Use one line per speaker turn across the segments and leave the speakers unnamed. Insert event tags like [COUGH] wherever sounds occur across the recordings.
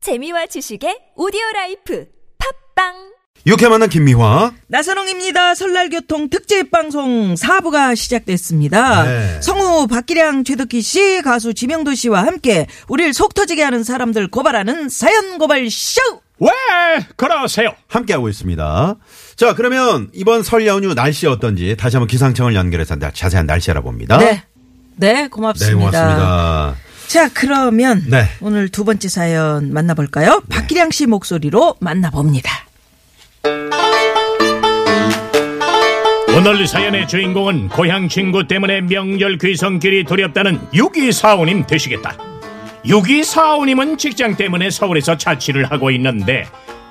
재미와 지식의 오디오 라이프 팝빵
육회 만난 김미화.
나선홍입니다. 설날 교통 특집 방송 4부가 시작됐습니다.
네.
성우 박기량, 최덕기 씨, 가수 지명도 씨와 함께 우리를 속 터지게 하는 사람들 고발하는 사연 고발 쇼.
왜 그러세요?
함께하고 있습니다. 자, 그러면 이번 설 연휴 날씨 어떤지 다시 한번 기상청을 연결해서 나- 자세한 날씨 알아봅니다.
네. 네,
네,
고맙습니다.
고맙습니다.
자, 그러면
네.
오늘 두 번째 사연 만나볼까요? 박기량 씨 목소리로 만나봅니다.
오늘 사연의 주인공은 고향 친구 때문에 명절 귀성길이 두렵다는 6245님 되시겠다. 6245님은 직장 때문에 서울에서 자취를 하고 있는데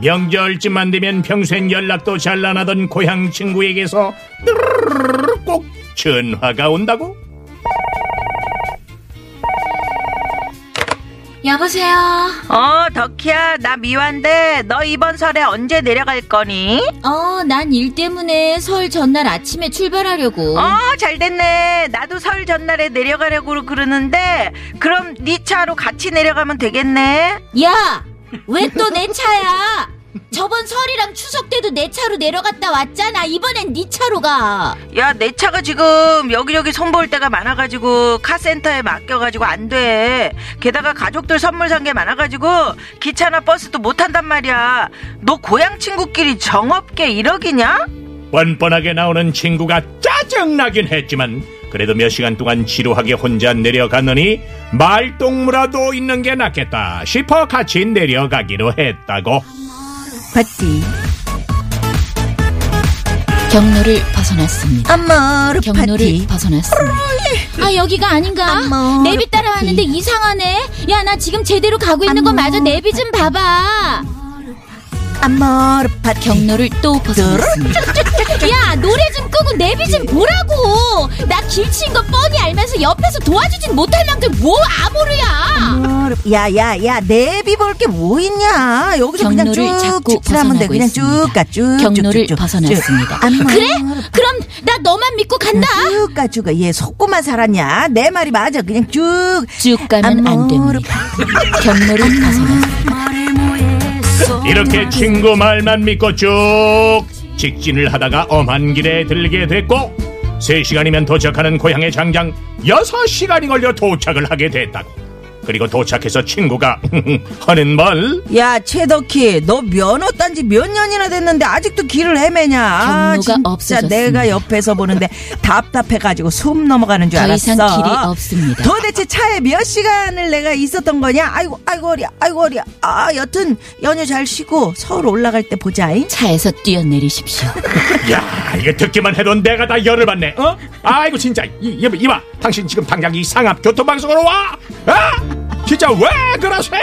명절쯤만 되면 평소엔 연락도 잘 안 하던 고향 친구에게서 뚜루루루루 꼭 전화가 온다고?
여보세요.
어, 덕희야, 나 미화인데 너 이번 설에 언제 내려갈 거니?
어, 난 일 때문에 설 전날 아침에 출발하려고.
어, 잘 됐네. 나도 설 전날에 내려가려고 그러는데 그럼 네 차로 같이 내려가면 되겠네.
야, 왜 또 내 차야? 저번 설이랑 추석 때도 내 차로 내려갔다 왔잖아. 이번엔 네 차로 가.
야, 내 차가 지금 여기저기 손볼 데가 많아가지고 카센터에 맡겨가지고 안 돼. 게다가 가족들 선물 산 게 많아가지고 기차나 버스도 못 탄단 말이야. 너 고향 친구끼리 정없게 이러기냐?
뻔뻔하게 나오는 친구가 짜증나긴 했지만 그래도 몇 시간 동안 지루하게 혼자 내려가느니 말동무라도 있는 게 낫겠다 싶어 같이 내려가기로 했다고
봤지.
경로를 벗어났습니다.
엄마로
경로를 벗어났습니다. 아, 여기가 아닌가? 뭐.
엄마,
내비 따라왔는데 이상하네. 야, 나 지금 제대로 가고 있는 거 맞아. 뭐. 내비 좀 봐봐.
엄마로
경로를 또 벗어났습니다. 야 노래 좀 끄고 내비 좀 보라고. 나 길친 거 뻔히 알면서 옆에서 도와주진 못할 만큼 뭐 암호를야.
야야야 내비 볼 게 뭐 있냐 여기서 그냥
경로를
쭉
자꾸
직진하면 돼
벗어나고
그냥
있습니다.
쭉가쭉 뭐
경로를 벗어났습니다. 그래? 그럼 나 너만 믿고 간다.
쭉가 쭉가 얘 속고만 살았냐 내 말이 맞아 그냥 쭉
쭉 가면 안
암호를
됩니다. 경로를 벗어났습니다.
이렇게 친구 말만 믿고 쭉 직진을 하다가 엄한 길에 들게 됐고 3시간이면 도착하는 고향의 장장 6시간이 걸려 도착을 하게 됐다고 그리고 도착해서 친구가 [LAUGHS] 하는 말
야 최덕희 너 면허 딴지 몇 년이나 됐는데 아직도 길을 헤매냐 아,
경로가
진짜
없어졌습니다.
내가 옆에서 보는데 답답해가지고 숨 넘어가는 줄
더
알았어
이상 길이 없습니다.
도대체 차에 몇 시간을 내가 있었던 거냐 아이고 아이고 어리야 아이고 어리야 아 여튼 연휴 잘 쉬고 서울 올라갈 때 보자잉
차에서 뛰어내리십시오.
야 이거 듣기만 해도 내가 다 열을 받네 어? 아이고 진짜 이, 이, 이봐 당신 지금 당장 이 상암 교통방송으로 와 아? 진짜 왜 그러세요?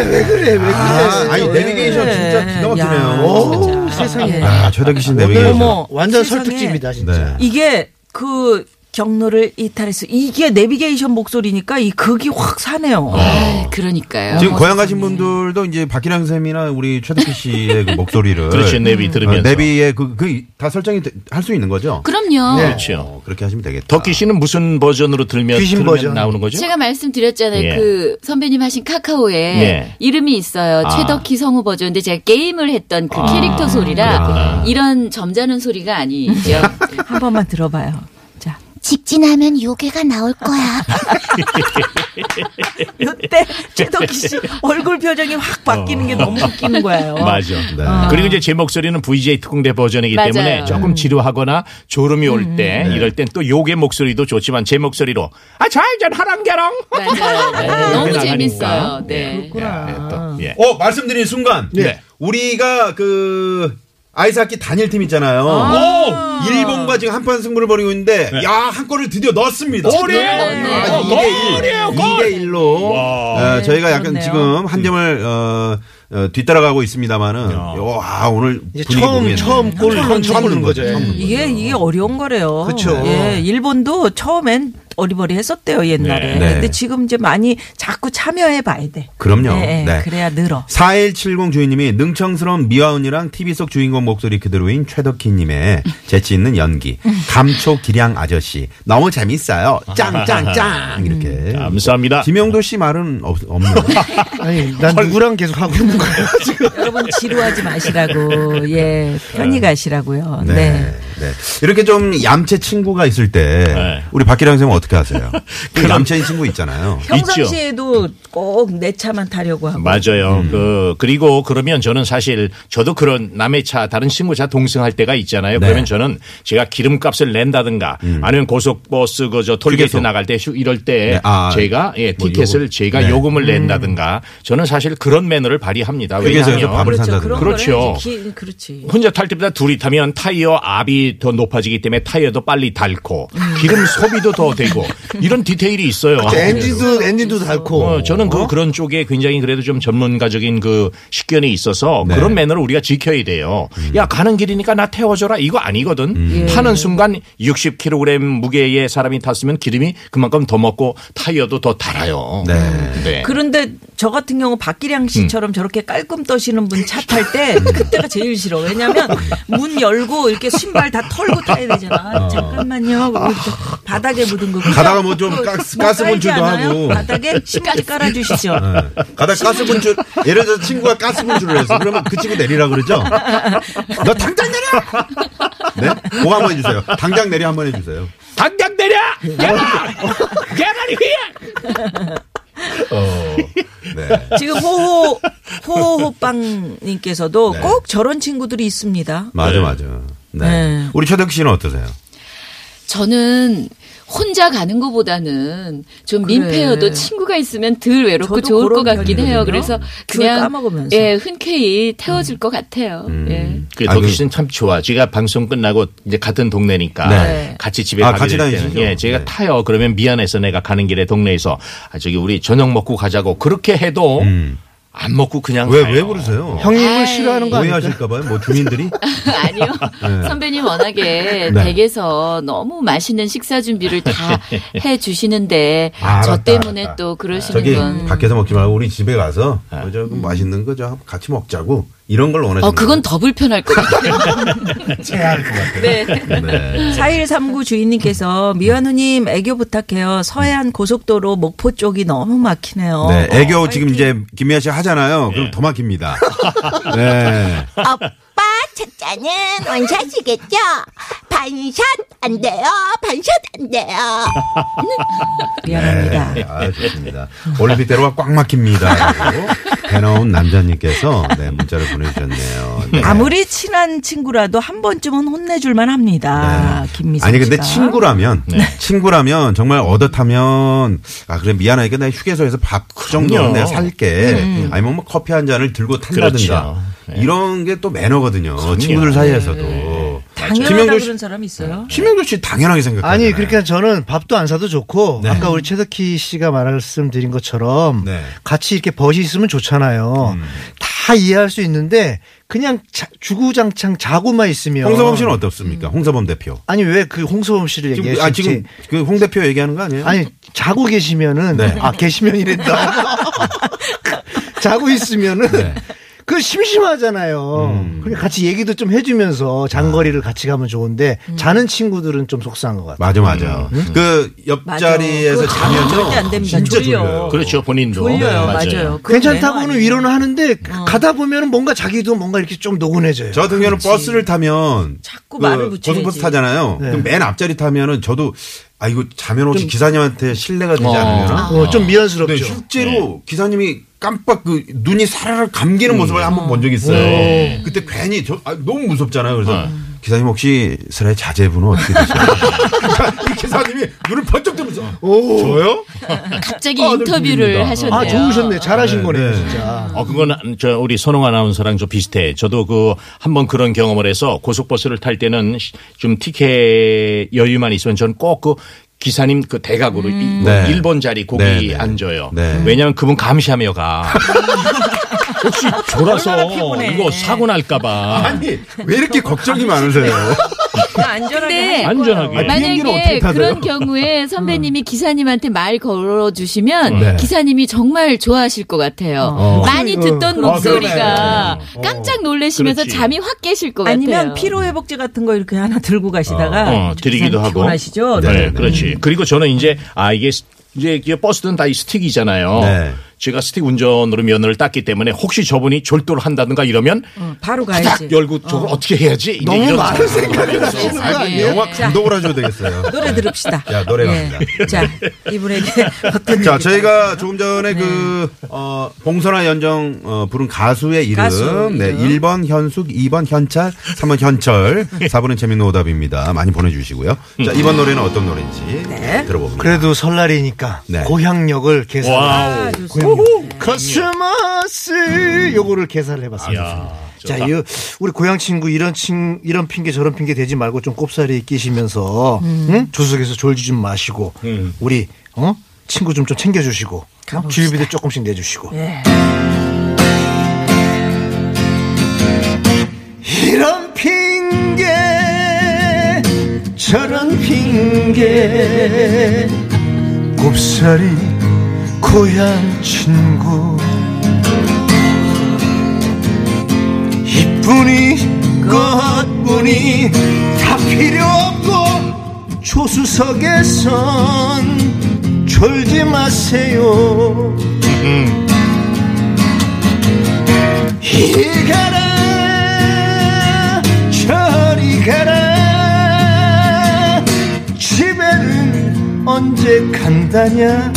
아,
네.
아니, 내비게이션 진짜 기가 막히네요. 오,
세상에.
아, 최덕기 씨
오늘 뭐
내비게이션.
어머.
완전
세상에.
설특집이다
네.
진짜.
이게 그 경로를 이탈했어 이게 내비게이션 목소리니까 이 극이 확 사네요
어.
아, 그러니까요.
지금 고향 가신 분들도 이제 박기량 쌤이나 우리 최덕기 씨의 그 목소리를.
[LAUGHS] 그렇지 그렇죠, 내비 들으면서
어, 내비에 그, 그, 다 설정이 할 수 있는 거죠?
그럼요.
그렇죠
어, 그렇게 하시면 되겠다.
덕기 씨는 무슨 버전으로 들면,
귀신
들으면
버전.
나오는 거죠?
제가 말씀드렸잖아요.
예.
그 선배님 하신 카카오에
예.
이름이 있어요.
아.
최덕희 성우 버전. 근데 제가 게임을 했던 그 캐릭터 소리라
그랬구나.
이런 점잖은
[LAUGHS]
소리가 아니죠.
한 번만 들어봐요 자
직진하면 요괴가 나올
[LAUGHS]
거야.
[LAUGHS]
이때 최덕기 씨 얼굴 표정이 확 바뀌는 게 너무 웃기는 거예요.
어. [LAUGHS] 맞아.
네.
어. 그리고 이제 제 목소리는 VJ 특공대 버전이기
맞아요.
때문에
음.
조금 지루하거나 졸음이 올 때
네.
이럴 땐 또 요괴 목소리도 좋지만 제 목소리로 아 잘전 하랑개랑
맞아요. 너무
나가니까.
재밌어요. 네.
야, 또, 예.
어, 말씀드린 순간.
네.
우리가 그, 아이스하키 단일팀 있잖아요. 오! 일본과 지금 한판 승부를 벌이고 있는데, 야, 한 골을 드디어 넣었습니다.
네. 골이에요.
아,
어, 골이에요. 골.
2대 1로 어, 저희가 약간
그렇네요.
지금 한 점을 어, 어, 뒤따라가고 있습니다만은 와 오늘
이제
분위기
처음
모르겠네.
처음 골을
처음
처음 넣는 거죠.
처음 넣는
이게 이게 어려운 거래요.
그쵸.
예, 일본도 처음엔 어리버리 했었대요 옛날에.
네.
네.
근데 지금 이제 많이 자꾸 참여해 봐야 돼.
그럼요.
네,
네.
그래야 늘어.
4170 주인님이 능청스러운 미화은이랑 TV 속 주인공 목소리 그대로인 최덕희님의 재치 있는 연기, 감초 기량 아저씨 너무 재밌어요. 짱짱짱 이렇게.
음.
[LAUGHS]
감사합니다.
김영도 씨 말은 없, 없나요?
[LAUGHS] 아니 난 누구랑 계속 하고 있는 거야 지금.
여러분 지루하지 마시라고 예 편히 가시라고요.
네.
네.
네. 이렇게 좀 얌체 친구가 있을 때
네.
우리 박기량 선생님 어떻게
[LAUGHS]
하세요? 그 얌체인 친구 있잖아요.
평상시에도 꼭 내 차만 타려고 하고.
맞아요.
음.
그 그리고 그러면 저는 사실 저도 그런 남의 차 다른 친구 차 동승할 때가 있잖아요.
네.
그러면 저는 제가 기름값을 낸다든가 아니면 고속버스 그저 톨게이트
휴게소.
나갈 때 휴- 이럴 때
네, 아,
제가 예
뭐
티켓을
요금.
제가
네.
요금을 낸다든가 저는 사실 그런 매너를 발휘합니다.
휴게소에서 밥을
왜냐하면
사-
그렇죠.
산다든가.
그런
그렇죠.
거를 이제 기- 그렇지.
혼자 탈 때보다 둘이 타면 타이어 압이 더 높아지기 때문에 타이어도 빨리 닳고
음.
기름 소비도 더 되고 이런 디테일이 있어요.
아, 네.
엔진도 엔진도 닳고.
아, 어, 저는 그 그런 쪽에 굉장히 그래도 좀 전문가적인 그 식견이 있어서
네. 음.
그런 매너를 우리가 지켜야 돼요. 야 가는 길이니까 나 태워줘라 이거 아니거든. 타는 순간 60kg 무게의 사람이 탔으면 기름이 그만큼 더 먹고 타이어도 더 달아요.
네.
네.
그런데 저 같은 경우 박기량
음.
씨처럼 저렇게 깔끔 떠시는 분 차 탈 때 그때가 제일 싫어. 왜냐면 문 열고 이렇게 신발 다 털고 타야 되잖아. 잠깐만요. 그리고 이렇게 바닥에 묻은 거. 그죠?
가다가 어. 뭐좀
그
가스-
못
가스 분출도
깔지 않아요?
하고. 네.
바닥에 신발 깔아주시죠.
네.
가다 가스 분출 예를 들어 서 친구가 가스 분출을 했어 그러면 그 친구 내리라 그러죠 너 당장 내려 네 그거 한번 해주세요 당장 내려 한번 해주세요 어.
당장 내려! 개발! 개발이 휘야!
어. 네
지금 호호 호호빵님께서도
네.
꼭 저런 친구들이 있습니다.
맞아 맞아 네
네.
우리 최덕 씨는 어떠세요
저는 혼자 가는 것보다는 좀
그래.
민폐여도 친구가 있으면 덜 외롭고
저도
좋을 것
그런
같긴
편이거든요.
해요. 그래서
귤
그냥
까먹으면서. 음.
예 흔쾌히 태워줄 것 같아요. 예.
그
아,
덕희
그-
씨는 참 좋아. 제가 방송 끝나고 이제 같은 동네니까
네.
같이 집에
아,
가게
같이
될 때는
다니시죠?
예, 제가
네.
타요. 그러면 미안해서 내가 가는 길에 동네에서 아, 저기 우리 저녁 먹고 가자고 그렇게 해도 안 먹고 그냥
음. 왜 왜
가요.
그러세요
형님을
아이.
싫어하는 거 아니야?
오해하실까봐요 뭐 주민들이
아니요. [LAUGHS] 선배님 워낙에
네.
댁에서 너무 맛있는 식사 준비를
[LAUGHS]
다 해주시는데
아,
저
알았다,
때문에
알았다.
또 그러시는
저기
건.
밖에서 먹지 말고 우리 집에 가서 어, 저그 맛있는 거저 같이 먹자고 이런 걸 원하시는
어, 그건
아,
더 불편할 것 같아요. 네.
거예요? 네.
4139 주인님께서 미완우님 애교 부탁해요. 서해안 고속도로 목포 쪽이 너무 막히네요.
네, 애교 지금 이제 김미아 씨 하잖아요. 그럼 더 막힙니다. 네.
오빠 첫자는 원샷이겠죠? 반샷 안 돼요. 반샷 안 돼요.
미안합니다.
네, 아, 좋습니다. 올림픽대로가 꽉 막힙니다. 라고 해놓은 남자님께서 네, 문자를 보내주셨네요. 네.
아무리 친한 친구라도 한 번쯤은 혼내줄만 합니다. 네. 김미선
아니 근데
씨가.
친구라면 친구라면 정말 얻어타면 아 그래 미안하니까 나 휴게소에서 밥 그 정도는
그럼요.
내가 살게 아니면 뭐 커피 한 잔을 들고 탄다든가
그렇죠. 네.
이런 게 또 매너거든요 친구들 사이에서도
당연하다
김영조
그런
씨 네.
사람 있어요.
김영조 씨 당연하게 생각해요
아니 그러니까 저는 밥도 안 사도 좋고
네.
아까 우리 최덕희 씨가 말씀드린 것처럼
네. 음.
같이 이렇게 버시 있으면 좋잖아요. 다 이해할 수 있는데 그냥 자- 주구장창 자고만 있으면
홍서범 씨는 어떻습니까 홍서범 대표
아니 왜 그 홍서범 씨를
지금,
얘기했지?
아, 지금 그 홍 대표 얘기하는 거 아니에요?
아니 자고 계시면은
네.
아 계시면이랬다.
[LAUGHS]
자고 있으면은
네.
그 심심하잖아요.
음.
그러니까 같이 얘기도 좀 해주면서 장거리를 같이 가면 좋은데
음.
자는 친구들은 좀 속상한 것
맞아
같아요.
맞아 그 옆자리에서
맞아. 그거
자면요
절대 안 됩니다.
진짜
졸려요.
졸려요
그렇죠 본인도
졸려요.
네,
맞아요. 그건 매너
괜찮다고는
아니에요. 어.
위로는 하는데 가다 보면은 뭔가 자기도 뭔가 이렇게 좀 노곤해져요.
저 같은 경우는 버스를 타면
자꾸 그 말을 붙여야지.
그 고속버스 타잖아요.
네.
그럼 맨 앞자리 타면은 저도 아 이거 자면 혹시 기사님한테 신뢰가 되지
어.
아,
않으려나?
어, 좀
근데
그렇죠.
미안스럽죠.
실제로
네.
기사님이 깜빡 그 눈이 사르르 감기는 모습을 한 번 본 적이 있어요.
네.
그때 괜히 저 아, 너무 무섭잖아요. 그래서 기사님 혹시 슬라의 자제분은 어떻게 [LAUGHS] 되세요? 그러니까 이 기사님이 눈을 번쩍 뜨면서 오. 저요?
갑자기
아, 네,
인터뷰를
보입니다.
하셨네요.
아 좋으셨네. 잘하신
네,
거네요,
네.
진짜.
어, 그건 안- 저 우리 선홍 아나운서랑 좀 비슷해. 저도 그 한번 그런 경험을 해서 고속버스를 탈 때는 시- 좀 티켓 여유만 있으면 저는 꼭 그 기사님 그 대각으로 일-
네.
일본 자리 고기
네, 네.
앉아요.
네.
왜냐하면 그분 감시하며
[LAUGHS]
가. 혹시 졸아서
피곤해.
이거 사고 날까봐.
아니 왜 이렇게 걱정이 많으세요?
안전하게
근데
하실
안전하게.
거예요.
비행기를 어떻게
네. 만약에
타세요? 음.
그런 경우에 선배님이 기사님한테 말 걸어주시면
네.
기사님이 정말 좋아하실 것 같아요.
어.
많이 듣던
어,
목소리가 깜짝 놀래시면서
그렇지.
잠이 확 깨실 것 같아요.
아니면 피로 회복제 같은 거 이렇게 하나 들고 가시다가
어, 드리기도 하고.
하시죠.
네, 그렇지. 그리고 저는 이제 아 이게 스- 이제 이게 버스는 다 이 스틱이잖아요.
네.
제가 스틱 운전으로 면허를 땄기 때문에 혹시 저분이 졸도를 한다든가 이러면
어, 바로
딱
가야지.
열고 저걸 어. 떻게 해야지? 이제
너무
이런
많은
상황이
생각을
되면서.
하시는 거
아니,
아니에요?
영화 감독을 하셔야 되겠어요.
노래 들읍시다.
야, 노래 갑니다.
예. 자, 이분에게 어떤
자,
얘기가-
저희가 조금 전에 그, 어, 봉선화 연정, 어, 부른 가수의 이름.
가수
네,
이름.
1번 현숙, 2번 현찰, 3번 현철, 4번은 재밌는 오답입니다. 많이 보내주시고요. 자, 이번 노래는 어떤 노래인지
네.
들어봅니다.
그래도 설날이니까
네.
고향역을 계산.
와우.
크리스마스 요거를 계산을 해봤습니다.
야,
자,
좋다.
이 우리 고향 친구 이런 친 이런 핑계 저런 핑계 대지 말고 좀 꼽사리 끼시면서 응? 조수석에서 졸지 좀 마시고
음.
우리 어 친구 좀 좀 챙겨주시고 어? 주유비도 조금씩 내주시고
예.
이런 핑계 저런 핑계 곱살이 고향 친구 이뿐이 것뿐이 다 필요 없고 조수석에선 졸지 마세요 음. 이리 가라 저리 가라 집에는 언제 간다냐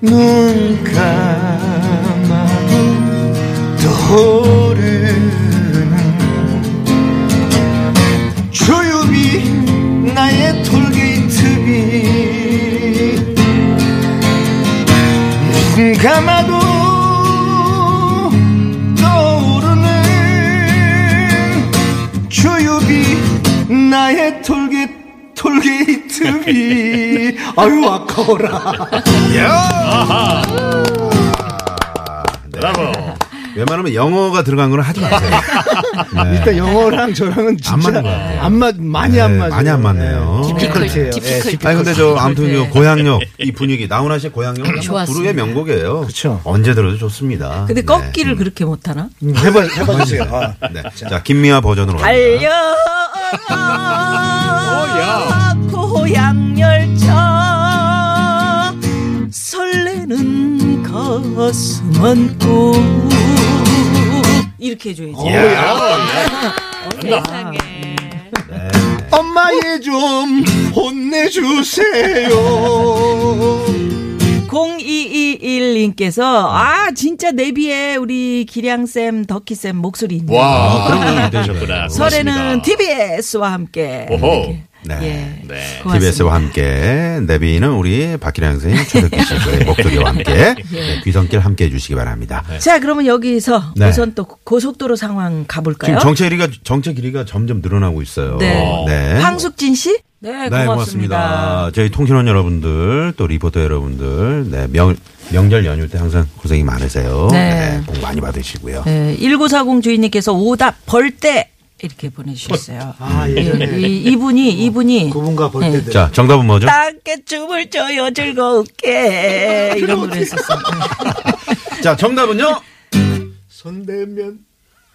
눈 감아도 떠오르는 조유비 나의 톨게이트비 눈 감아도 떠오르는 조유비 나의 톨게 톨게이트비 아유 아까워라
브라보.
네. 웬만하면 영어가 들어간 건 하지 마세요.
일단 그러니까 영어랑 저랑은
안
진짜
맞는 것 같아요.
네. 안 맞, 많이
네,
안 맞아요
많이 안 맞네요.
디피컬트예요
디피컬트.
아니 근데 저 아무튼 요 고향역 이 분위기 나훈아 씨의 고향역
좋았습니다.
부르의 명곡이에요.
그쵸.
언제 들어도 좋습니다.
근데
네.
꺾기를 그렇게 못 하나?
음, 해봐 해봐주세요 아.
네. 자 김미아 버전으로 갑니다.
달려 고향 열차 설레는 가슴 안고 이렇게 해줘야지.
예.
네, 엄마 얘좀 혼내주세요
0221님께서 아 진짜 내비에 우리 기량쌤 덕희쌤 목소리 있네
와, 그런 분이 되셨구나.
설에는
고맙습니다.
TBS와 함께
오호.
네.
예.
네.
고맙습니다.
TBS와 함께 내비는 우리 박기량 선생님 최덕기
[LAUGHS]
씨의 목소리와 함께 네, 귀성길 함께 해주시기 바랍니다.
자 그러면 여기서
네.
우선 또 고속도로 상황 가볼까요?
지금 정체 길이가 정체 길이가 점점 늘어나고 있어요.
네. 황숙진 씨? 네,
예? 네, 고맙습니다. 저희 통신원 여러분들, 또 리포터 여러분들, 네, 명, 명절 연휴 때 항상 고생이 많으세요.
네.
네, 복 많이 받으시고요.
네, 1940 주인님께서 오답 벌떼 이렇게 보내주셨어요.
아
예, 어,
예전에
이, 이분이 이분이
그분과 볼
네.
때들
자, 정답은 뭐죠?
땅께 춤을 춰요 즐겁게 이런 노래 했었어요.
자, 정답은요?
네.
손대면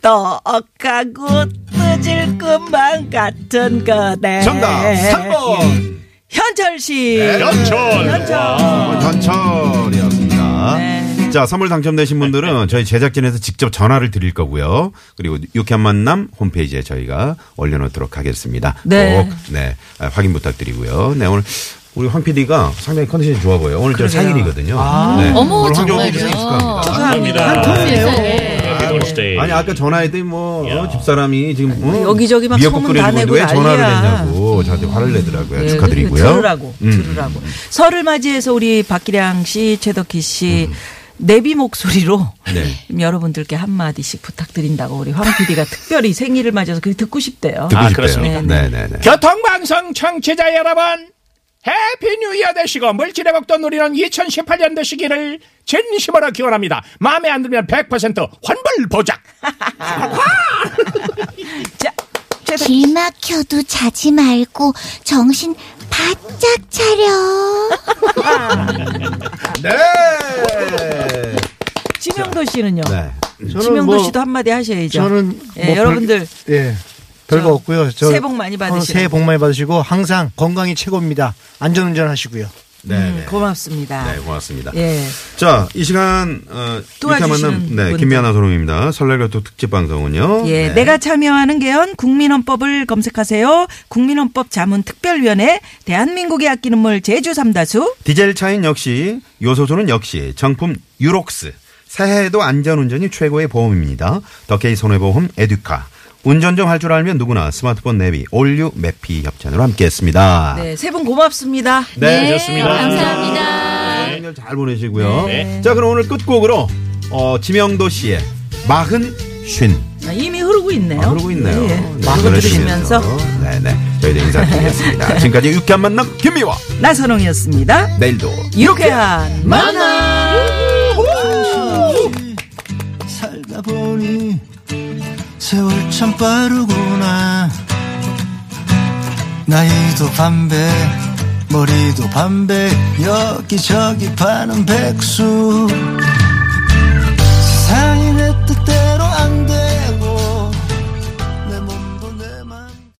떡하고 뜨질 것만 같은 거네.
정답 3번 네.
현철 씨.
연철.
현철.
현철이었습니다.
네.
자, 선물 당첨되신 분들은 저희 제작진에서 직접 전화를 드릴 거고요. 그리고 유쾌한 만남 홈페이지에 저희가 올려놓도록 하겠습니다.
네.
꼭, 네, 아, 확인 부탁드리고요. 네, 오늘 우리 황 PD가 상당히 컨디션이 좋아 보여요. 오늘 저 생일이거든요.
아,
네.
어머,
오늘 황정호
정말요?
PD 생일 축하합니다.
감사합니다. 네,
아이고,
birthday.
아니 아까 전화했더니 뭐 어, 집사람이 지금 어,
네. 여기저기 막
미역국
소문 다
끓여주고 있는데
내고
왜 전화를
난리야. 음.
했냐고 저한테 화를 내더라고요.
네,
축하드리고요. 음,
그리고 들으라고, 들으라고. 설을 맞이해서 우리 박기량 씨, 최덕희 씨 내비 목소리로
음, 네.
좀 여러분들께 한 마디씩 부탁드린다고 우리 황 PD가 특별히 생일을 맞아서 그게 듣고 싶대요.
듣고
아,
싶대요.
그렇습니까?
네네네.
교통방송 청취자 여러분, 해피 뉴 이어 되시고 물질의 복도 누리는 2018년 되시기를 진심으로 기원합니다. 마음에 안 들면 100% 환불 보장.
자, 제발.
길 막혀도 자지 말고 정신 바짝 차려.
네.
지명도 씨는요?
네.
지명도 씨도 한마디 하셔야죠.
뭐 저는
예,
뭐
여러분들
별, 예. 별거
저
없고요. 저
새해 복 많이 받으시라고.
오늘 새해 복 많이 받으시고 항상 건강이 최고입니다. 안전운전 하시고요.
네. 네.
음, 고맙습니다.
네, 고맙습니다.
예.
자, 이 시간 어, 유쾌한
도와주시는
만남, 네,
분들.
김미아나 소롱입니다. 설날 교통 특집 방송은요.
예,
네.
내가 참여하는 개헌 국민헌법을 검색하세요. 국민헌법 자문 특별위원회 대한민국의 아끼는 물 제주 삼다수
디젤 차인 역시 요소수는 역시 정품 유록스. 새해에도 안전운전이 최고의 보험입니다. 덕케이 손해보험 에듀카. 운전 좀 할 줄 알면 누구나 스마트폰 내비 올류 매피 협찬으로 함께했습니다.
네, 세 분 고맙습니다.
네,
감사합니다.
좋습니다. 연잘 네, 보내시고요.
네.
자, 그럼 오늘 끝곡으로 어, 지명도 씨의 마흔 쉰.
아, 이미 흐르고 있네요.
아, 그러고 있네요.
예, 예.
네,
그거
노래
들으시면서
들으시면서. 네네. 저희도 인사드리겠습니다. 지금까지 유쾌한 만남 김미화.
나선홍이었습니다.
내일도
유쾌한
살다 보니 세월 참 빠르구나 나이도 반배 머리도 반배 여기저기 파는 백수